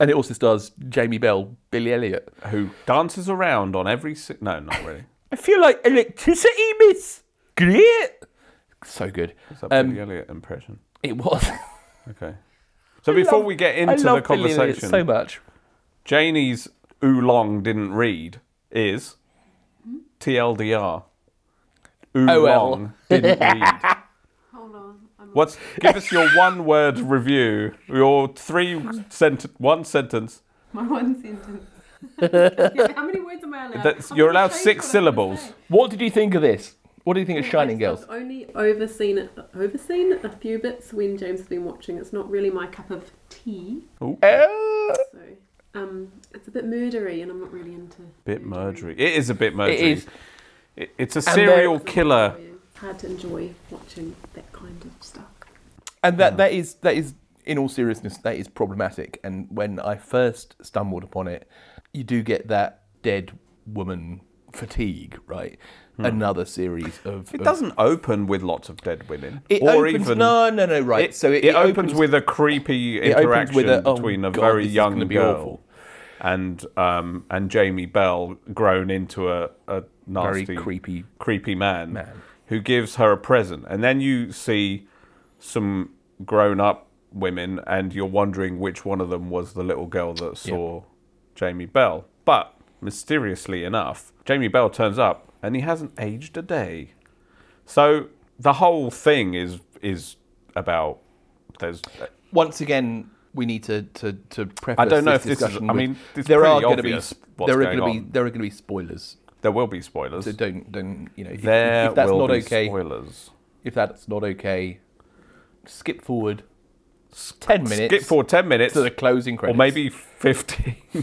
S4: And it also stars Jamie Bell, Billy Elliot.
S3: Who dances around on every. Si- no, not really.
S4: I feel like electricity, miss. Great. So good.
S3: It's that
S4: Um,
S3: Billy Elliot impression.
S4: It was.
S3: Okay. So before
S4: love-
S3: we get
S4: I
S3: into the
S4: love Billy Elliot
S3: conversation,
S4: so much.
S3: Janie's oolong didn't read is TLDR. Oolong didn't read.
S5: Hold on. I'm
S3: What's give us your one word review? Your three sentence, one sentence.
S5: my one sentence. how many words am I allowed?
S3: That's, you're allowed six syllables.
S4: What did you think of this? What do you think of Shining Girls?
S5: I've only overseen it, overseen a few bits when James has been watching. It's not really my cup of tea,
S4: Uh,
S5: so um, it's a bit murdery, and I'm not really into.
S3: Bit murdery. It is a bit murdery.
S4: it is.
S3: It- It's a
S4: there-
S3: serial killer.
S5: It's hard to enjoy watching that kind of stuff.
S4: And that, that is that is in all seriousness that is problematic. And when I first stumbled upon it, you do get that dead woman fatigue, right? Another series of
S3: Hmm. It
S4: of-
S3: doesn't open with lots of dead women,
S4: It
S3: or
S4: opens,
S3: even
S4: no, no, no, right.
S3: It,
S4: so it,
S3: it opens, with a creepy
S4: it opens
S3: interaction
S4: with a, oh
S3: between a
S4: God,
S3: very
S4: this is
S3: young
S4: gonna be
S3: girl
S4: awful.
S3: and um, and Jamie Bell grown into a, a nasty,
S4: creepy
S3: creepy man,
S4: man.
S3: who gives her a present, and then you see some grown up women, and you're wondering which one of them was the little girl that saw Jamie Bell. But mysteriously enough, Jamie Bell turns up, and he hasn't aged a day. So the whole thing is is about there's
S4: once again, we need to to, to preface.
S3: I don't know
S4: this
S3: if this is-
S4: discussion
S3: I
S4: with-
S3: mean, it's
S4: there are
S3: pretty
S4: going to be
S3: obvious what's
S4: there are
S3: going
S4: gonna be
S3: on.
S4: there are going to be spoilers.
S3: there will be spoilers.
S4: So don't don't you know if,
S3: there
S4: if that's
S3: will
S4: not
S3: be
S4: okay.
S3: spoilers.
S4: If that's not okay, skip forward ten minutes.
S3: Skip forward ten minutes
S4: to the closing
S3: or
S4: credits,
S3: maybe 15,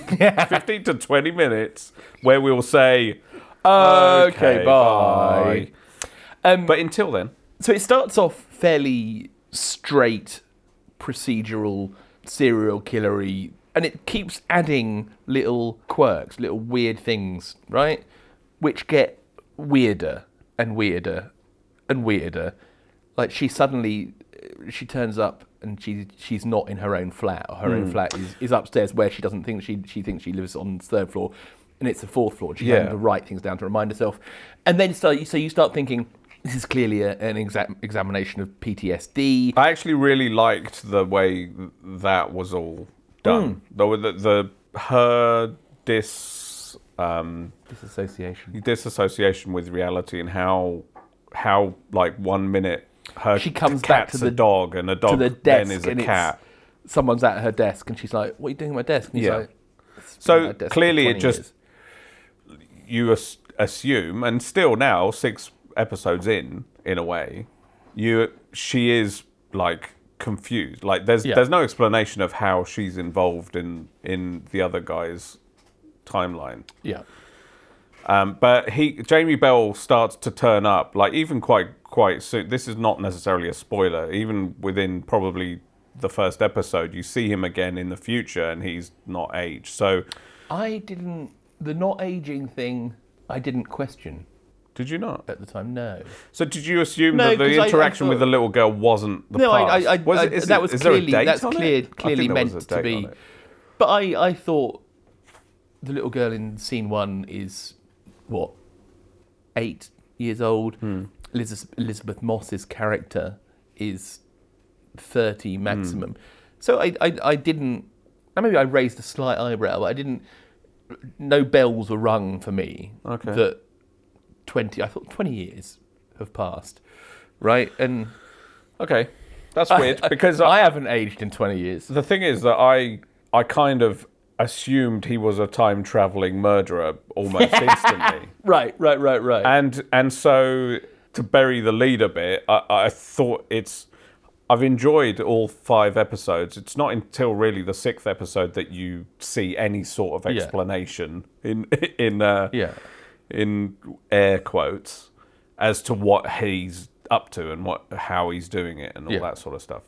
S3: 15 to 20 minutes where we will say,
S4: Okay,
S3: "Okay,
S4: bye." Um,
S3: but until then,
S4: So it starts off fairly straight, procedural, serial killery, and it keeps adding little quirks, little weird things, right? Which get weirder and weirder and weirder. Like she suddenly she turns up and she she's not in her own flat. Or her own flat is, is upstairs where she doesn't think she she thinks she lives on the third floor, and it's the fourth floor. She
S3: Yeah.
S4: yeah. the write things down to remind herself. And then start, so you start thinking, this is clearly a, an exa- examination of PTSD.
S3: I actually really liked the way that was all
S4: Hmm.
S3: done. Though The, the her dis um,
S4: Disassociation.
S3: disassociation with reality and how how like one minute her
S4: She comes
S3: cat's
S4: back to
S3: a
S4: the-
S3: dog and a
S4: To
S3: dog
S4: the
S3: then
S4: desk,
S3: is a
S4: and it's-
S3: cat.
S4: someone's at her desk, and she's like, "What are you doing at my desk?" And he's
S3: Yeah.
S4: like, "It's been at my
S3: So
S4: desk for
S3: clearly, it
S4: 20
S3: just
S4: years."
S3: you as- assume, and still now, six episodes in, in a way, you she is like confused. Like there's
S4: Yeah.
S3: there's no explanation of how she's involved in in the other guy's timeline.
S4: yeah,
S3: Um, but he Jamie Bell starts to turn up like even quite quite soon. This is not necessarily a spoiler. Even within probably the first episode, you see him again in the future, and he's not aged. So
S4: I didn't the not aging thing. I didn't question
S3: did you not?
S4: at the time. No,
S3: So did you assume
S4: No,
S3: that
S4: 'cause
S3: the
S4: I- I
S3: interaction with the
S4: thought-
S3: little girl wasn't the
S4: no, I,
S3: past?
S4: I, I,
S3: Was
S4: I-
S3: it- is
S4: that
S3: it-
S4: was
S3: is there a
S4: clearly
S3: date
S4: that's
S3: on it? I
S4: clear,
S3: think
S4: clearly
S3: there was
S4: meant
S3: a
S4: to
S3: date
S4: be.
S3: on it.
S4: But I, I thought the little girl in scene one is what eight years old.
S3: Hmm.
S4: Eliz- Elizabeth Moss's character is thirty
S3: Hmm.
S4: maximum. So I, I, I didn't. and Maybe I raised a slight eyebrow, but I didn't. No bells were rung for me.
S3: Okay.
S4: That twenty. I thought twenty years have passed, right? And
S3: Okay, that's weird because I,
S4: I haven't aged in twenty years.
S3: the thing is that I I kind of assumed he was a time traveling murderer almost instantly,
S4: Right, right, right, right.
S3: and and so to bury the lead a bit, I, I thought it's I've enjoyed all five episodes. It's not until really the sixth episode that you see any sort of
S4: Yeah.
S3: explanation in in uh,
S4: Yeah.
S3: in air quotes as to what he's up to and what how he's doing it and all
S4: Yeah.
S3: that sort of stuff.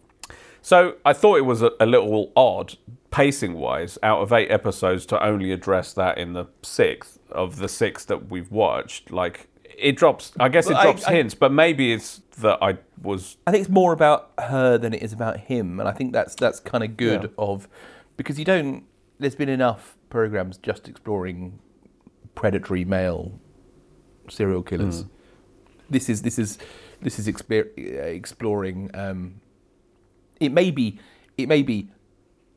S3: So I thought it was a, a little odd pacing wise out of eight episodes to only address that in the sixth of the six that we've watched. Like it drops, I guess
S4: Well,
S3: it
S4: I-
S3: drops
S4: I-
S3: hints, but maybe it's that I was
S4: I think it's more about her than it is about him, and I think that's that's kind of good
S3: Yeah.
S4: of because you don't. There's been enough programs just exploring predatory male serial
S3: Hmm.
S4: killers. This is this is this is exper- uh, exploring. Um, it may be it may be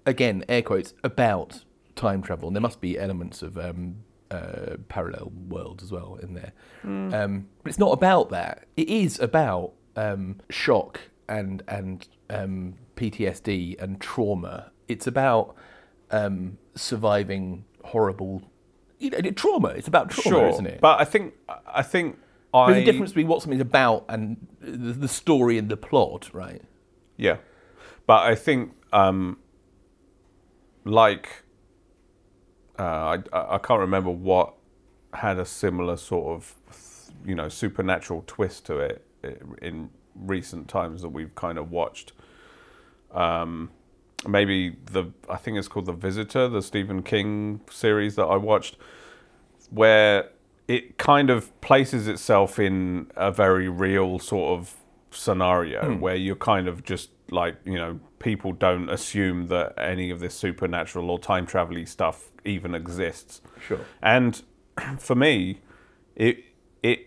S4: again air quotes about time travel, and there must be elements of um, uh, parallel worlds as well in there.
S3: Hmm.
S4: Um, but it's not about that. It is about um, shock and and um, PTSD and trauma. It's about um, surviving horrible you know, trauma. It's about trauma,
S3: sure,
S4: isn't it?
S3: but I think I think I
S4: There's a difference between what something's about and the, the story and the plot, right?
S3: Yeah, but I think um, like uh, I I I can't remember what had a similar sort of you know supernatural twist to it i- in recent times that we've kind of watched. Um, maybe the I think it's called The Visitor, the Stephen King series that I watched where it kind of places itself in a very real sort of scenario where you're kind of just like you know people don't assume that any of this supernatural or time travel stuff even exists
S4: Sure.
S3: and for me it it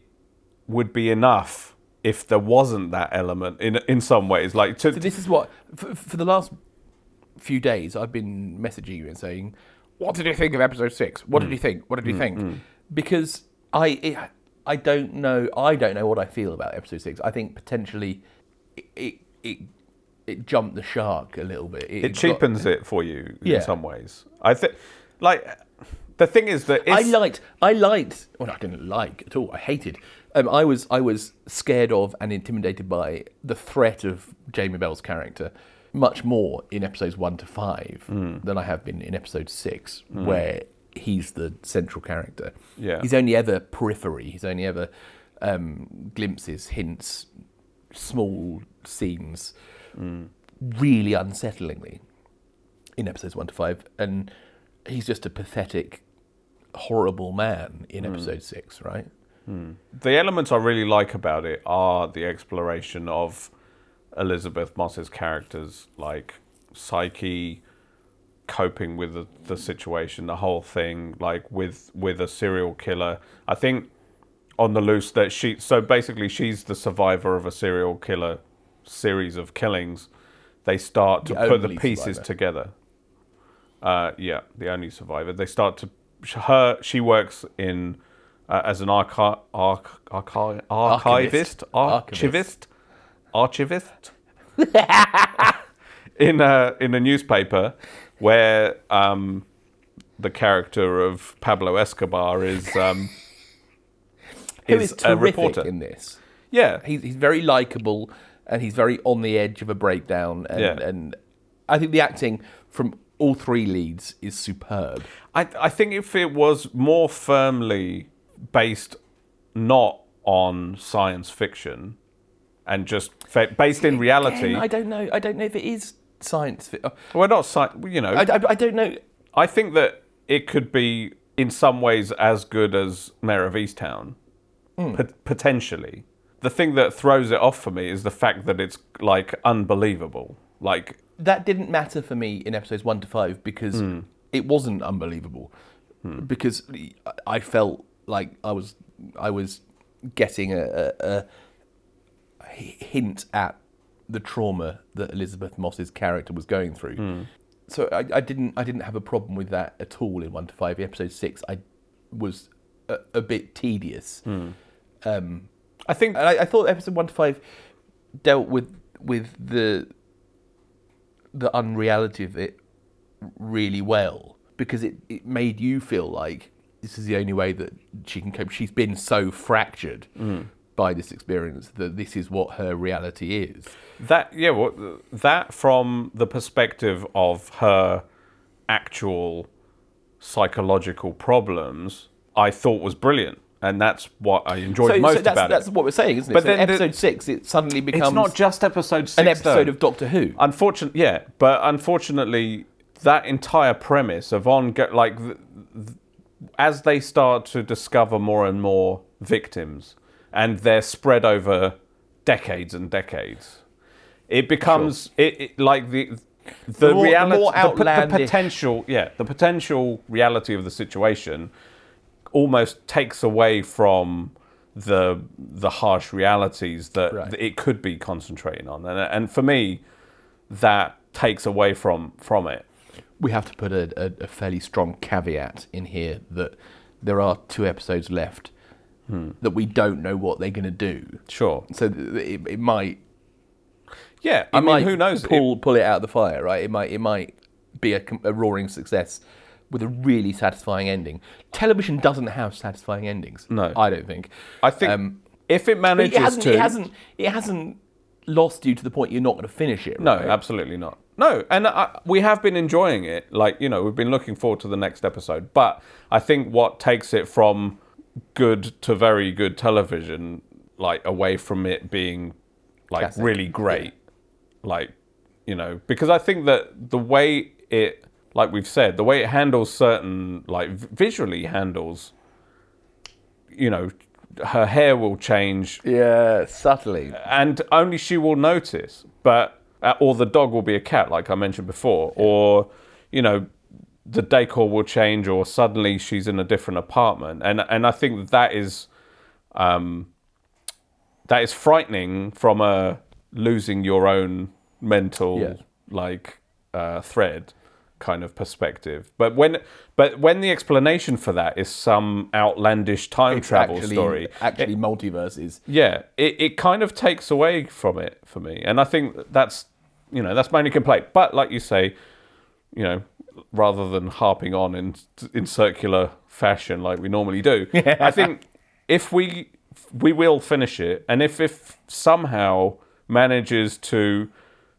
S3: would be enough if there wasn't that element in in some ways like to
S4: So this is what for, for the last few days I've been messaging you and saying, "What did you think of episode six? What
S3: Mm.
S4: did you think? What did you think?" Because I it, I don't know I don't know what I feel about episode six. I think potentially it it it, it jumped the shark a little bit.
S3: it
S4: got-
S3: cheapens it for you
S4: Yeah.
S3: in some ways i think like the thing is that it's,
S4: I liked. I liked. Well, I didn't like at all. I hated. Um, I was. I was scared of and intimidated by the threat of Jamie Bell's character much more in episodes one to five than I have been in episode six, where he's the central character.
S3: Yeah.
S4: He's only ever periphery. He's only ever um, glimpses, hints, small scenes,
S3: Mm.
S4: really unsettlingly in episodes one to five, and he's just a pathetic, horrible man in
S3: Mm.
S4: episode six, right?
S3: the elements I really like about it are the exploration of Elizabeth Moss's characters, like psyche, coping with the, the situation, the whole thing, like with with a serial killer. I think on the loose that she so basically she's the survivor of a serial killer series of killings. They start to
S4: The
S3: put the
S4: only
S3: pieces
S4: survivor.
S3: together. Uh, yeah, the only survivor. They start to sh- her. She works in uh, as an archi- arch- archi- archivist,
S4: Archivist.
S3: archivist, archivist in a in a newspaper where um, the character of Pablo Escobar is um,
S4: Who is
S3: a
S4: terrific
S3: reporter.
S4: in this.
S3: yeah,
S4: He's he's very likable, and he's very on the edge of a breakdown, and,
S3: Yeah.
S4: and I think the acting from all three leads is superb.
S3: I, I think if it was more firmly based not on science fiction and just fa- based in reality,
S4: Again, I don't know. I don't know if it is science. Fi- I,
S3: well, not sci- you know, I,
S4: I, I don't know.
S3: think that it could be in some ways as good as Mayor of Easttown,
S4: Hmm.
S3: pot- potentially. The thing that throws it off for me is the fact that it's like unbelievable. Like,
S4: that didn't matter for me in episodes one to five because it wasn't unbelievable. Because I- I felt like I was I was getting a, a, a h- hint at the trauma that Elizabeth Moss's character was going through. So I, I didn't I didn't have a problem with that at all in one to five. Episode six I was a, a bit tedious. Um,
S3: I think
S4: and I, I thought episode one to five dealt with with the the unreality of it really well because it, it made
S3: Mm.
S4: you feel like this is the only way that she can cope. She's been so fractured by this experience that this is what her reality is.
S3: That yeah, what that from the perspective of her actual psychological problems, I thought was brilliant, and that's what I enjoyed most
S4: that's,
S3: about
S4: that's
S3: it.
S4: what we're saying, isn't it?
S3: But
S4: So
S3: then the-
S4: episode six, it suddenly becomes
S3: It's not just episode six.
S4: an episode
S3: though.
S4: of Doctor Who.
S3: Unfortunately, yeah, but unfortunately, that entire premise of on like th- th- as they start to discover more and more victims, and they're spread over decades and decades, it becomes it, it like the. The,
S4: more- the
S3: reality,
S4: more
S3: the, p- the
S4: outlandish-
S3: potential, yeah, the potential reality of the situation almost takes away from the the harsh realities that
S4: Right.
S3: it could be concentrating on, and and for me, that takes away from from it.
S4: we have to put a, a, a fairly strong caveat in here that there are two episodes left that we don't know what they're going to do.
S3: Sure.
S4: So th- th- it, it might.
S3: Yeah.
S4: it
S3: I mean,
S4: might
S3: who knows? It-
S4: Pull pull it out of the fire, right? It might it might be a, com- a roaring success with a really satisfying ending. Television doesn't have satisfying endings.
S3: No.
S4: I don't think.
S3: I think
S4: Um,
S3: if it
S4: but it
S3: manages
S4: hasn't,
S3: to,
S4: it hasn't. It hasn't lost you to the point you're not going to finish it.
S3: no,
S4: right?
S3: absolutely not. No, and I, we have been enjoying it. Like you know, we've been looking forward to the next episode. But I think what takes it from good to very good television, like away from it being like
S4: Classic.
S3: really great, like you know because i think that the way it like we've said the way it handles certain like v- visually handles you know her hair will change
S4: Yeah, subtly.
S3: and only she will notice but uh, or the dog will be a cat like i mentioned before or you know the decor will change or suddenly she's in a different apartment and and i think that is um, that is frightening from a losing your own mental
S4: Yeah.
S3: like uh, thread kind of perspective. But when but when the explanation for that is some outlandish time
S4: It's
S3: travel
S4: actually,
S3: story,
S4: Actually, multiverses.
S3: yeah, it, it kind of takes away from it for me. And I think that's you know that's my only complaint. But like you say, you know. Rather than harping on in in circular fashion like we normally do, I think if we we will finish it, and if if somehow manages to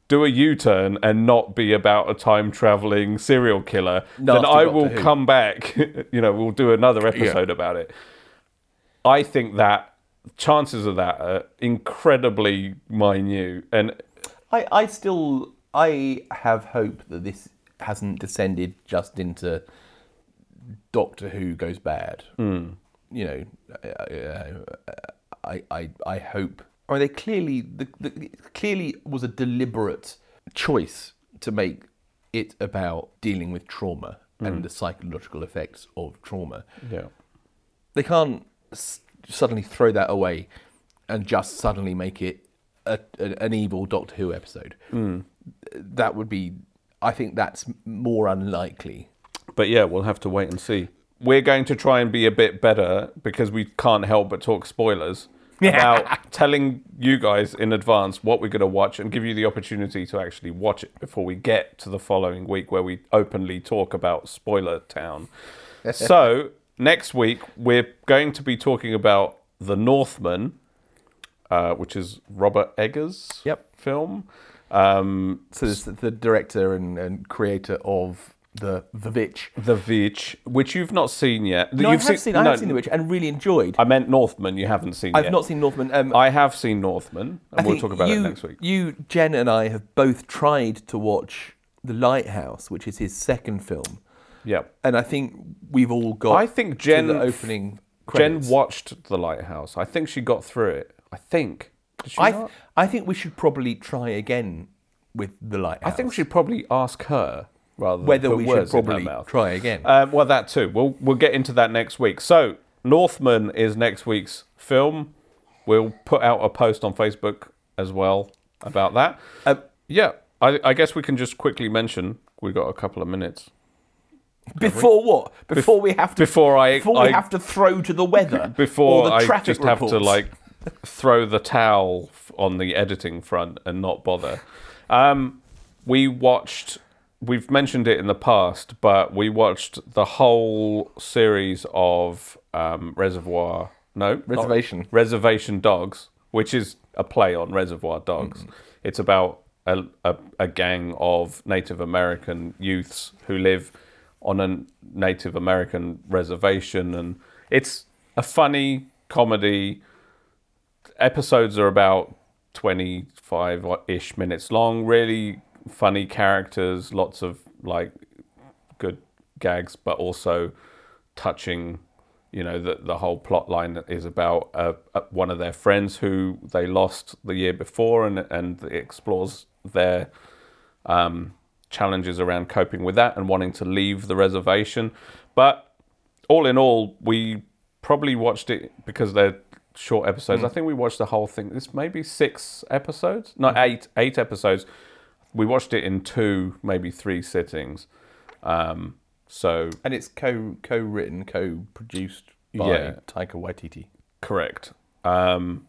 S3: do a U turn and not be about a time traveling serial killer, then
S4: Nasty
S3: I
S4: Doctor
S3: will
S4: Who.
S3: come back. you know, we'll do another episode about it. I think that chances of that are incredibly minute, and
S4: I, I still I have hope that this hasn't descended just into Doctor Who goes bad. You know, I- I I I hope. Or they clearly the, the it clearly was a deliberate choice to make it about dealing with trauma and the psychological effects of trauma
S3: yeah,
S4: they can't s- suddenly throw that away and just suddenly make it a, a, an evil Doctor Who episode. That would be, I think that's m- more unlikely.
S3: but yeah, we'll have to wait and see. We're going to try and be a bit better because we can't help but talk spoilers about telling you guys in advance what we're going to watch and give you the opportunity to actually watch it before we get to the following week where we openly talk about spoiler town. so next week we're going to be talking about the Northman, uh, which is Robert Eggers'
S4: Yep.
S3: film. Um,
S4: So this, the director and, and creator of the The Witch.
S3: The Witch, which you've not seen yet.
S4: No, I
S3: you've
S4: have seen, I
S3: no,
S4: have seen The Witch and really enjoyed.
S3: I meant Northman. You haven't seen.
S4: I've
S3: yet.
S4: not seen Northman. Um,
S3: I have seen Northman, and
S4: I
S3: we'll
S4: think
S3: talk about
S4: you,
S3: it next week.
S4: You, Jen, and I have both tried to watch The Lighthouse, which is his second film,
S3: Yeah.
S4: and I think we've all got.
S3: I think Jen-
S4: to the opening.
S3: Jen
S4: credits.
S3: watched The Lighthouse. I think she got through it. I think. Did she
S4: I,
S3: not?
S4: th- I think we should probably try again with the lighthouse.
S3: I think we should probably ask her rather than
S4: whether
S3: put
S4: we should
S3: words in her
S4: probably
S3: mouth.
S4: try again.
S3: Um, well, that too. We'll we'll get into that next week. So Northman is next week's film. We'll put out a post on Facebook as well about that.
S4: Um,
S3: yeah, I, I guess we can just quickly mention we've got a couple of minutes
S4: before what? Before we have to
S3: before I
S4: before
S3: I,
S4: we have to throw to the weather.
S3: before
S4: or the
S3: I
S4: traffic
S3: just have to
S4: reports.
S3: like throw the towel f- on the editing front and not bother. Um, we watched. We've mentioned it in the past, but we watched the whole series of um, Reservoir No. not-
S2: Reservation.
S3: Reservation Dogs, which is a play on Reservoir Dogs. It's about a, a, a gang of Native American youths who live on a Native American reservation. And it's a funny comedy. Episodes are about 25 ish minutes long. Really funny characters, lots of like good gags, but also touching. You know the the whole plot line is about uh, uh, one of their friends who they lost the year before, and and it explores their um, challenges around coping with that and wanting to leave the reservation. But all in all, we probably watched it because they're short episodes. I think we watched the whole thing. This maybe six episodes, not eight, eight episodes. We watched it in two, maybe three sittings. Um, so
S4: And it's co co written, co produced by
S3: Yeah.
S4: Taika Waititi.
S3: correct. Um,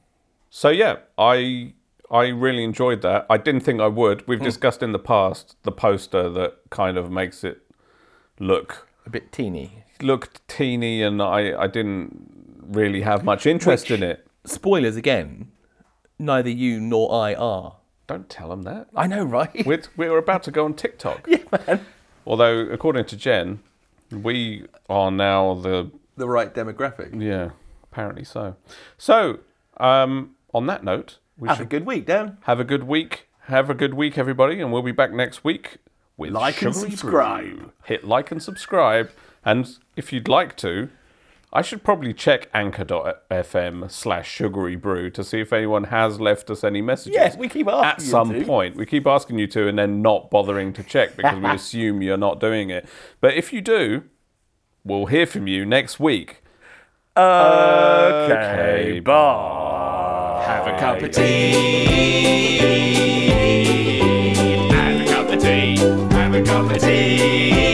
S3: so yeah, I I really enjoyed that. I didn't think I would. We've discussed in the past the poster that kind of makes it look
S4: A bit teeny.
S3: looked teeny, and I I didn't really have much interest in it.
S4: Spoilers again. Neither you nor I are.
S3: Don't tell them that.
S4: I know, right?
S3: We're, we're about to go on TikTok. yeah, man. Although, according to Jen, we are now the
S4: the right demographic.
S3: yeah. Apparently so. So, um, on that note, we
S4: Have a
S3: should
S4: good week, Dan.
S3: have a good week. Have a good week, everybody, and we'll be back next week with
S6: Like and
S3: Sugary Brew.
S6: subscribe.
S3: Hit like and subscribe, and if you'd like to, I should probably check anchor.fm slash sugary brew to see if anyone has left us any messages.
S4: Yes, we keep asking
S3: At
S4: you
S3: some
S4: to.
S3: point, we keep asking you to, and then not bothering to check because we assume you're not doing it. But if you do, we'll hear from you next week. Okay,
S1: Have a cup of tea. Have a cup of tea. Have a cup of tea.